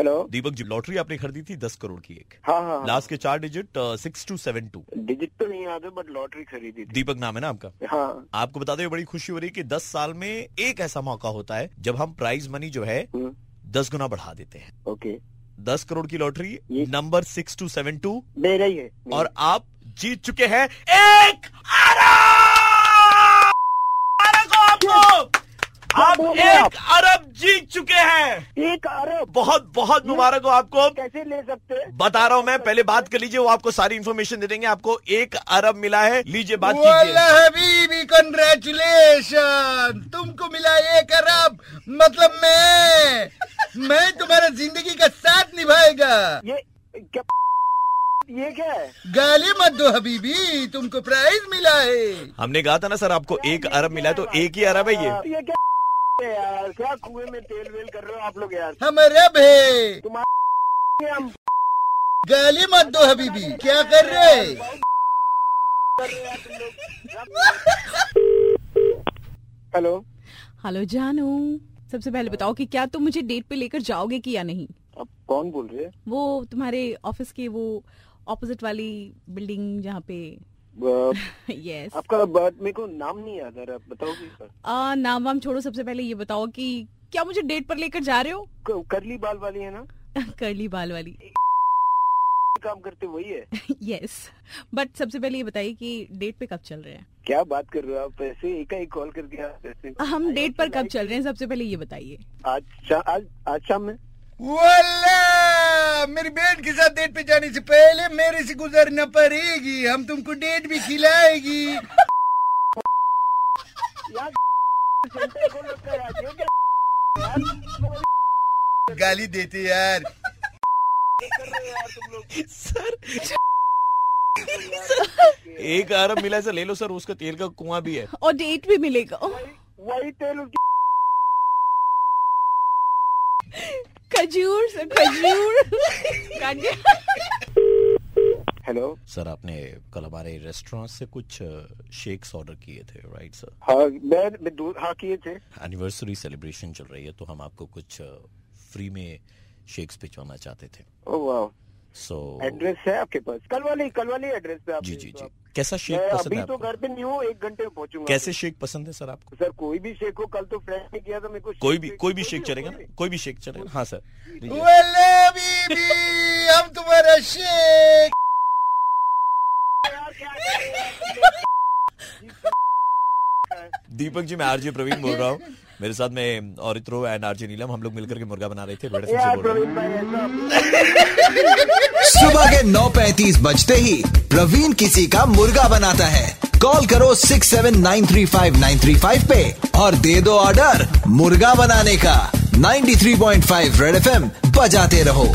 दीपक ji lottery आपने खरीदी थी दस करोड़ की एक हाँ हाँ, हाँ लास्ट के चार uh, digit six two seven two digit तो नहीं याद है बट लॉटरी खरीदी थी दीपक नाम है ना आपका हाँ आपको बताते हुए बड़ी खुशी हो रही है कि दस साल में एक ऐसा मौका होता है जब हम प्राइज मनी जो है हम्म, दस गुना बढ़ा देते हैं ओके दस करोड़ की लॉटरी ये- हम्म। Number six two seven two मेरा ही है और आप जीत चुके हैं एक अरब अरब आपको आप बोल रहे हो एक अरब जीत चुके हैं एक अरब बहुत बहुत मुबारक हो आपको कैसे ले सकते हैं बता रहा हूं मैं पहले बात कर लीजिए वो आपको सारी इन्फॉर्मेशन दे देंगे आपको एक अरब मिला है लीजिए बात वाला कीजिए हबीबी कंग्रेचुलेशन तुमको मिला एक अरब मतलब मैं मैं तुम्हारा जिंदगी का साथ निभाएगा ये क्या ये क्या है गाली मत दो हबीबी तुमको प्राइज मिला है हमने कहा था ना सर आपको एक अरब मिला है तो एक ही अरब है आप- ये ये क्या है यार क्या कुएं में तेल वेल कर रहे हो आप लोग यार हम अरब है ये हम गाली मत दो हबीबी क्या कर रहे कर रहे हो यार तुम लोग हेलो हेलो जानू सबसे पहले बताओ कि क्या तुम मुझे डेट पे लेकर जाओगे कि या नहीं आप कौन बोल रहे हैं वो तुम्हारे ऑफिस के वो ऑपोजिट वाली बिल्डिंग जहाँ पे अ, यस आपका बात मेरे को नाम नहीं याद आ रहा आप बताओगे एक बार। आ, नाम वाम छोड़ो सबसे पहले ये बताओ कि क्या मुझे डेट पर लेकर जा रहे हो क- करली बाल वाली है ना करली बाल वाली काम करते वही है यस बट सबसे पहले ये बताइए कि डेट पे कब चल रहे हैं क्या बात कर रहे हो आप ऐसे एक एक कॉल करके आप ऐसे हम डेट पर कब चल रहे हैं सबसे पहले ये बताइए आज शा, आज आज शाम में वाला मेरी बहन के साथ डेट पे जाने से पहले मेरे से गुजरना पड़ेगी हम तुमको डेट भी खिलाएगी यार सेंटर कौन लगता है यार? ये क्या यार? गाली देते यार सर एक अरब मिला है सर ले लो सर उसका तेल का कुआं भी है और डेट भी मिलेगा वही तेल उसकी खजूर सर खजूर काट दिया। हेलो सर आपने कल हमारे रेस्टोरेंट से कुछ शेक्स ऑर्डर किए थे राइट सर हाँ मैं, मैं दूर हाँ किए थे एनिवर्सरी सेलिब्रेशन चल रही है तो हम आपको कुछ फ्री में शेक्स भिजवाना चाहते थे ओ Oh. वाह सो एड्रेस Oh, है आपके पास कल वाले कल वाले एड्रेस पे आप जी भेज जी दो जी आप। कैसा शेक मैं पसंद है अभी तो घर आपको पे नहीं हूँ एक घंटे में पहुंचूंगा कैसे शेक पसंद है सर आपको सर कोई भी शेक हो कल तो फ्रेंड ने किया था मेरे को कोई shake- भी कोई भी शेक हो, चलेगा कोई ना भी। कोई भी शेक चलेगा हाँ सर लीजिए। वाला बीबी हम तुम्हारा शेख यार, क्या कर रहे हो यार? दीपक जी मैं आरजे प्रवीण बोल रहा हूँ मेरे साथ में औरित्रो एंड आरजे नीलम हम लोग मिलकर के मुर्गा बना रहे थे बड़े से बोल रहा यार हूँ। प्रवीण भाई ऐसा आप- सुबह के 9:35 बजते ही प्रवीण किसी का मुर्गा बनाता है कॉल करो 6793595 पे और दे दो ऑर्डर मुर्गा बनाने का 93.5 रेड एफएम बजाते रहो